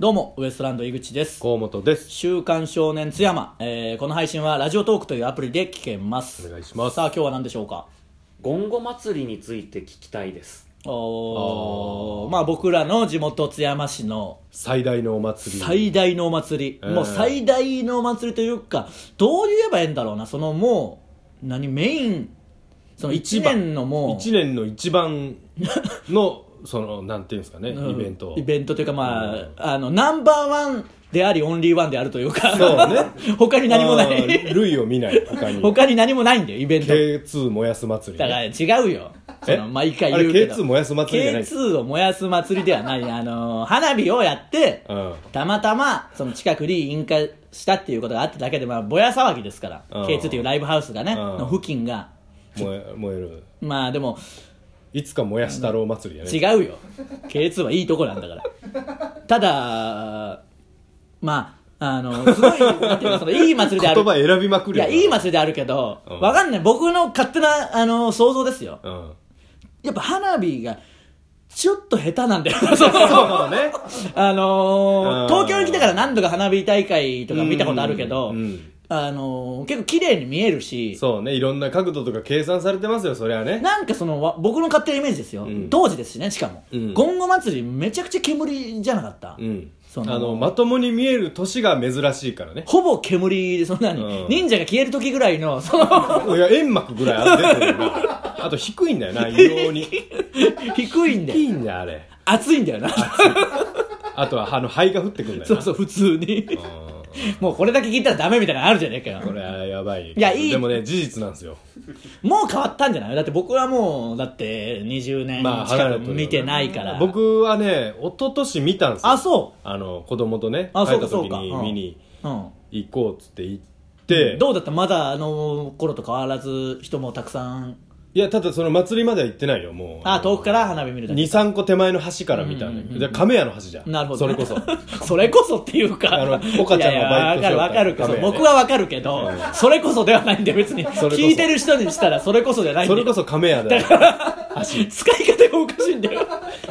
どうも、ウエストランド井口です。河本です週刊少年津山、えー、この配信はラジオトークというアプリで聞けます。お願いしますさあ、今日は何でしょうかゴンゴ祭りについて聞きたいですおーまあ僕らの地元津山市の最大のお祭り最大のお祭り、うんもう最大のお祭りというか、どう言えばええんだろうな、そのもう、何、メイン、その1年のもう、一年の一番の そのなんていうんですかね、うんイベントイベントというかまあ、あの、ナンバーワンであり、オンリーワンであるというか、そうね 他に何もなあーい。類を見ない他 に他に何もないんだよ、イベント。 K2 燃やす祭りだね、から違うよ。そえの毎回言うけど。あれ K2 燃やす祭りじゃない K2 を燃やす祭りではない。あのー、花火をやって、うんたまたま、その近くに引火したっていうことがあっただけで、まあ、ぼや騒ぎですから。うん K2 っていうライブハウスがね、うんの付近が。燃え燃えるまあでも、いつか燃やしたろう祭りやね違うよ K2 はいいとこなんだからただまああのすごいなんていうのそのいい祭りである言葉選びまくいるよやいい祭りであるけど、うんわかんない僕の勝手なあの想像ですようんやっぱ花火がちょっと下手なんだよなその そうだねあのーうん東京に来てから何度か花火大会とか見たことあるけど、うんうんあのー結構綺麗に見えるしそうねいろんな角度とか計算されてますよそりゃねなんかそのわ僕の勝手なイメージですよ、うん当時ですしねしかも、うんゴンゴ祭りめちゃくちゃ煙じゃなかった、うんそのあのまともに見える年が珍しいからねほぼ煙で、そんなに、うん忍者が消える時ぐらいの、その、いや煙幕ぐらいある出てるなあと低いんだよな異 様に低いんだ低よ。いんだよあれ熱いんだよな。あとはあの灰が降ってくるんだ よそうなそう、普通に。うもうこれだけ聞いたらダメみたいなのあるじゃねえかんこよ。れはやばいいやいいでもね事実なんですよもう変わったんじゃないだって僕はもう、だって20年まあ近離れくてるよね見てないから。、僕はね一昨年見たんですよあ、そあの子供とねあ帰そうっかたそう時かにうん見にう。うん。行こうっつって行ってどうだったまだあの頃と変わらず人もたくさん。いやただその祭りまでは行ってないよもうあ、遠くから花火見るだけ。 23個手前の橋から見たんだけどじゃあ亀屋の橋じゃんなるほど、そ れこそそれこそっていうかあの岡ちゃんのバイトいやいやわかるわかる紹介カメラで僕はわかるけど、それこそではないんで別にそれこそ聞いてる人にしたらそれこそじゃないんそでれこそ亀屋だよ使い方がおかしいんだよ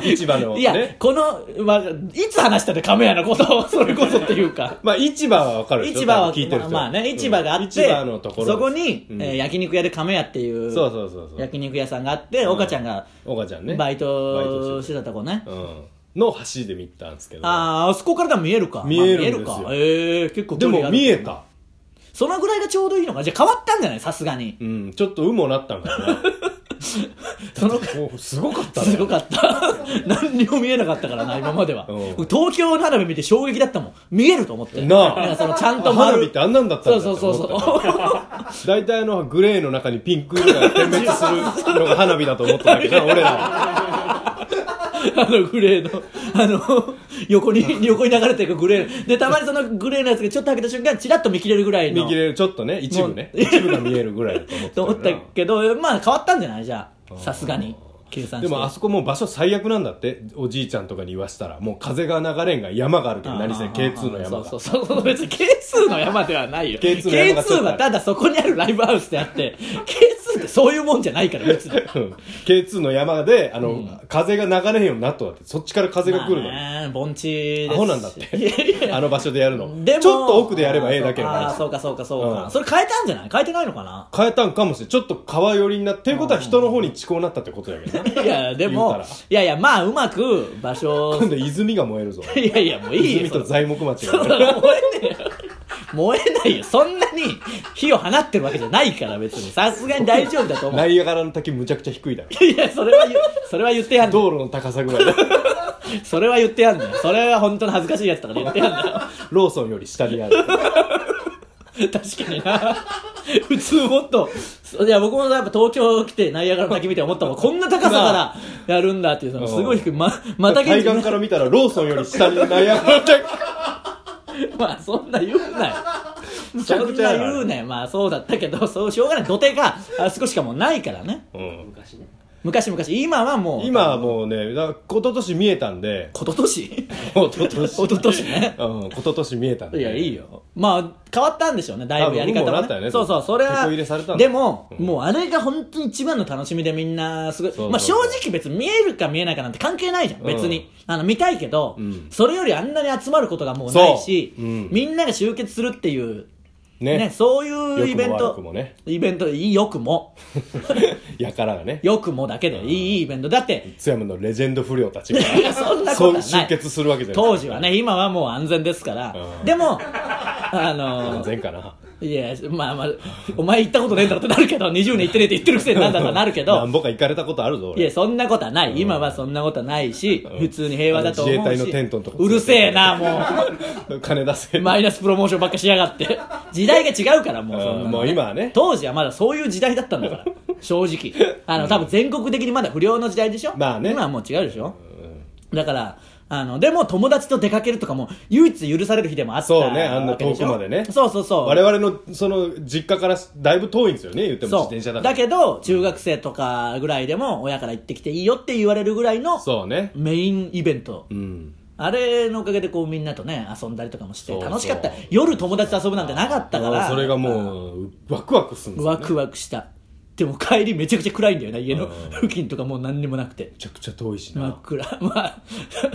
市場のいや、ねこの、まあ、いつ話したの亀屋のことをそれこそっていうかまあ市場はわかるでしょ市場は多分聞いてる人まあまあね市場があうっんて、市場のところそこに、うんえー焼肉屋で亀屋っていうそうそうそうそう焼肉屋さんがあって岡ちゃんが岡ちゃんねバイトしてた、たとこね、うん、の橋で見たんですけどあーあそこからでも見えるか見えるんですよまあ見えるかええ結構で距離もある見えた、そのぐらいがちょうどいいのかじゃあ変わったんじゃないさすがにうん、ちょっと有もなったんか なそのもうすごかったねすごかった 何にも見えなかったからな今まではうん僕東京の花火見て衝撃だったもん見えると思ってなあんかそのちゃんと花丸火ってあんなんだったそんだうそうそうって思ったそう大体あのグレーの中にピンク色が点滅するのが花火だと思って たけどな俺らはあのグレーのあの横に横に流れていくグレーのでたまにそのグレーのやつがちょっと開けた瞬間チラッと見切れるぐらいの見切れるちょっとね一部ね一部が見えるぐらいだと思っ てと思ったよけどまあ変わったんじゃないじゃあさすがに計な算してでもあそこもう場所最悪なんだっておじいちゃんとかに言わしたらもう風が流れんが山があるけど何せ K2 の山がそうそうそう別に K2 の山ではないよ K2 の山がちょっ K2 とあはるただそこにあるライブハウスであって K2 ってそういうもんじゃないから別にうん K2 の山であの、風が流れへんようになっとだってそっちから 風が来るのに、まあね盆地ですしアホなんだっいやいてやあの場所でやるの でもちょっと奥でやればええだけのああ話そうかそうかそうか、うんそれ変えたんじゃない変えてないのかな変えたんかもしれんちょっと川寄りになっていうことは人の方に遅行になったってことだけ どないやで言うたもらいやいやまあうまく場所 今度泉が燃えるぞいやいやもういい泉よと材木町そがんねなの燃えねえよ燃えないよそんなに火を放ってるわけじゃないから別にさすがに大丈夫だと思 ナイアガラの滝むちゃくちゃ低いだろういやそれは言うそれは言ってやんの道路の高さぐ らいだそれは言ってやんのよそれは本当に恥ずかしいやつだから言ってやんのよローソンより下にある確かにな普通もっといや僕もやっぱ東京来てナイアガラの滝見て思ったもんこんな高さからやるんだっていうそのすごい低いままた海現地岸から見たらローソンより下にナイアガラの滝 まあそんな言うなよ むちゃそくんちゃなやな 言うなよまあそうだったけどそうしょうがない土手があそこしかもうないからねうん昔ね昔々今はもう今はもうねだ一昨年見えたんで一昨 年一昨年一昨年ねうん、一昨年見えたんでいやいいよまあ変わったんでしょうねだいぶやり方多分もうはなったよねそうそうそれ手はこ入れされたんだでも、うんもうあれが本当に一番の楽しみでみんなすごいそうそうまあ正直別に見えるか見えないかなんて関係ないじゃん別に、あの見たいけど、うんそれよりあんなに集まることがもうないし、そううんみんなが集結するっていうねねそういうイベン良くも悪くトもねイベントいいよく もやからがねよくもだけでいいいいイベントだって津山のレジェンド不良たちがいやそんなことはない集結するわけじゃない当時はね今はもう安全ですから、うんでもあの安全かないや、まあまあ、お前行ったことねえんだろってなるけど、20年行ってねえって言ってるくせになんだろうなるけ何ど、ぼか行かれたことあるぞい俺や、そんなことはない。今はそんなことはないし、うん普通に平和だと思うし。あの自衛隊のテントのとこうるせえな、も 金出せう。マイナスプロモーションばっかしやが って。時代が違うから、もうそんなの、うんもう今はね当時はまだそういう時代だったんだ から。正直。あの、多分全国的にまだ不良の時代でしょまあね今はもう違うでしょだから、あの、でも友達と出かけるとかも、唯一許される日でもあったそうねあんなわけでしょ遠くまでねそうそうそう。我々のその実家からだいぶ遠いんですよね言っても自そう転車だからだけど中学生とかぐらいでも親から行ってきていいよって言われるぐらいのそうねメインイベントうんあれのおかげでこうみんなとね遊んだりとかもしてそうそう楽しかった夜友達と遊ぶなんてなかったからそれがもうワクワクするんですよ、ね、ワクワクしたでも帰りめちゃくちゃ暗いんだよね家のうん付近とかもう何にもなくてめちゃくちゃ遠いし真っな、暗まあ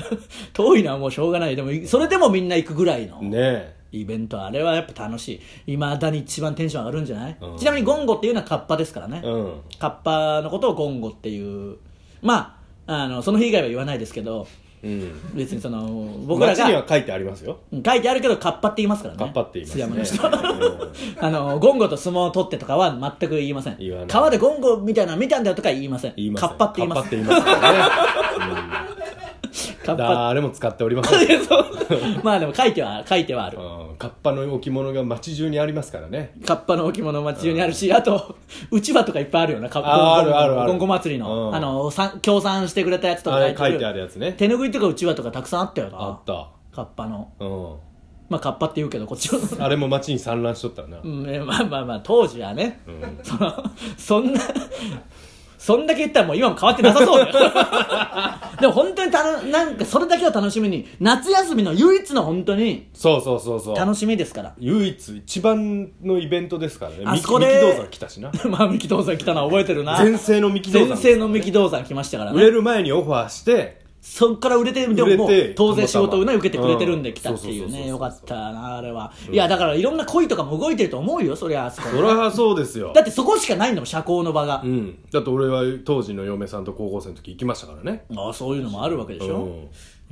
遠いのはもうしょうがないでもそれでもみんな行くぐらいのねえイベントあれはやっぱ楽しいいまだに一番テンション上がるんじゃない、うんちなみにゴンゴっていうのはカッパですからね、うんカッパのことをゴンゴっていうまああのその日以外は言わないですけどうん別にその僕ら街にがは書いてありますようん書いてあるけどカッパって言いますからねカッパって言いますね津山の 人あのゴンゴと相撲を取ってとかは全く言いません言わない川でゴンゴみたいなの見たんだよとか言いません言いますカッパって言いますカッパって言いますからね、カうん、ッパ誰も使っておりません、いや そうまあでも書いては書いてはあるうん、カッパの置物が街中にありますからねカッパの置物町中にあるし、あと、うちわとかいっぱいあるよな、カッパあーあるあるあるゴンゴ祭りの、うんあの、さん協賛してくれたやつとかあれ書いてるあるやつね手拭いとかうちわとかたくさんあったよな。あったカッパの。うまあ、カッパって言うけど、こっちは。んあれも街に散乱しとったな、うん、えまあまあまあ、当時はね、んその、そんな、そんだけ言ったらもう今も変わってなさそうだよ。 でも本当にたの、なんかそれだけを楽しみに、夏休みの唯一の本当にそうそうそうそう楽しみですから。唯一一番のイベントですからねあみそこで三木道山来たしなまあ、三木道山来たのは覚えてるな。全盛の三木道山全盛の三木道山来ましたからね売れる前にオファーしてそっから売れてで売もれてもう当然仕事をたまたねま受けてくれてるんでうん来たっていうねそようかそうそうそうったなあれは、いやだからいろんな恋とかも動いてると思うよそりゃあそこそりゃそうですよだってそこしかないんだもん社交の場がう、ん、だって俺は当時の嫁さんと高校生の時行きましたからねああそういうのもあるわけでしょ、うん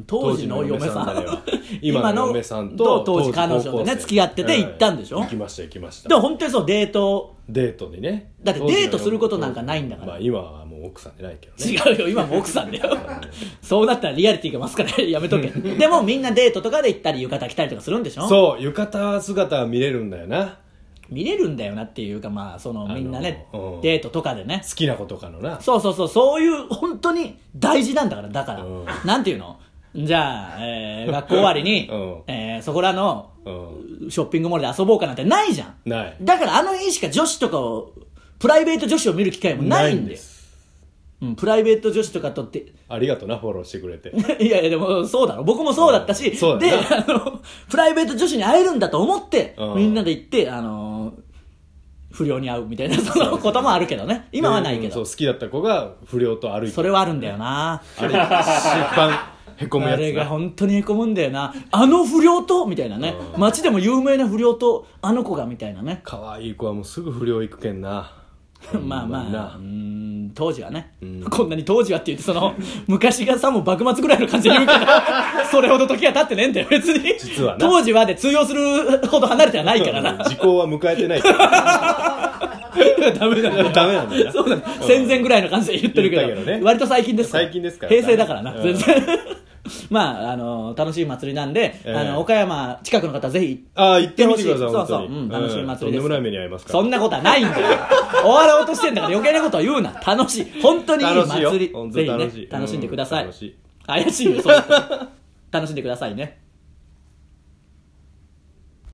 当時の嫁さん当時の嫁さんだよ 今の嫁さんと当時彼女高と校ね生付き合ってて行ったんでしょ、はい行きました行きましたでも本当にそうデートデートにねだってデートすることなんかないんだからまあ今はもう奥さんでないけどね違うよ今も奥さんだよそうなったらリアリティが増すから やめとけでもみんなデートとかで行ったり浴衣着たりとかするんでしょそう浴衣姿は見れるんだよな見れるんだよなっていうかまあそのみんなねあのうんデートとかでね好きな子とかのなそうそうそうそういう本当に大事なんだからだから、うんなんていうのじゃあ、えー学校終わりに、うんえーそこらのうんショッピングモールで遊ぼうかなんてないじゃんないだからあの家しか女子とかをプライベート女子を見る機会もないんですうん、プライベート女子とかとって ありがとうなフォローしてくれていやいやでもそうだろ僕もそうだったし、うんそうだでよあのプライベート女子に会えるんだと思って、うんみんなで行ってあの不良に会うみたいな そのこともあるけどね今はないけうんそどう好きだった子が不良と歩いてそれはあるんだよなあれ失敗へこむやあつれがな本当にへこむんだよなあの不良とみたいなね街でも有名な不良とあの子がみたいなね可愛い子はもうすぐ不良行くけんなまあまあほんにうーなん当時はねんこんなに当時はって言ってその 昔がさもう幕末ぐらいの感じで言うけど それほど時が経ってねえんだよ別に実はな当時はで通用するほど離れてはないからな時効は迎えてないから ダメだねダメなんだよ なそうだね戦前ぐらいの感じで言ってるけど言ったけどね割と最近です最近ですから平成だからな、うん全然 まああの楽しい祭りなんで、ええあの岡山近くの方ぜひああ行ってみてくださいそう本そ当う、うにん、楽しい祭りです、とんでもない目に遭いますからそんなことはないんだよ終わろうとしてんだから余計なことを言うな楽し い本当にいい楽しいよ祭り本当ぜにひね楽しい楽しんでください,、うん楽しい 怪しいよそういう人楽しんでくださいね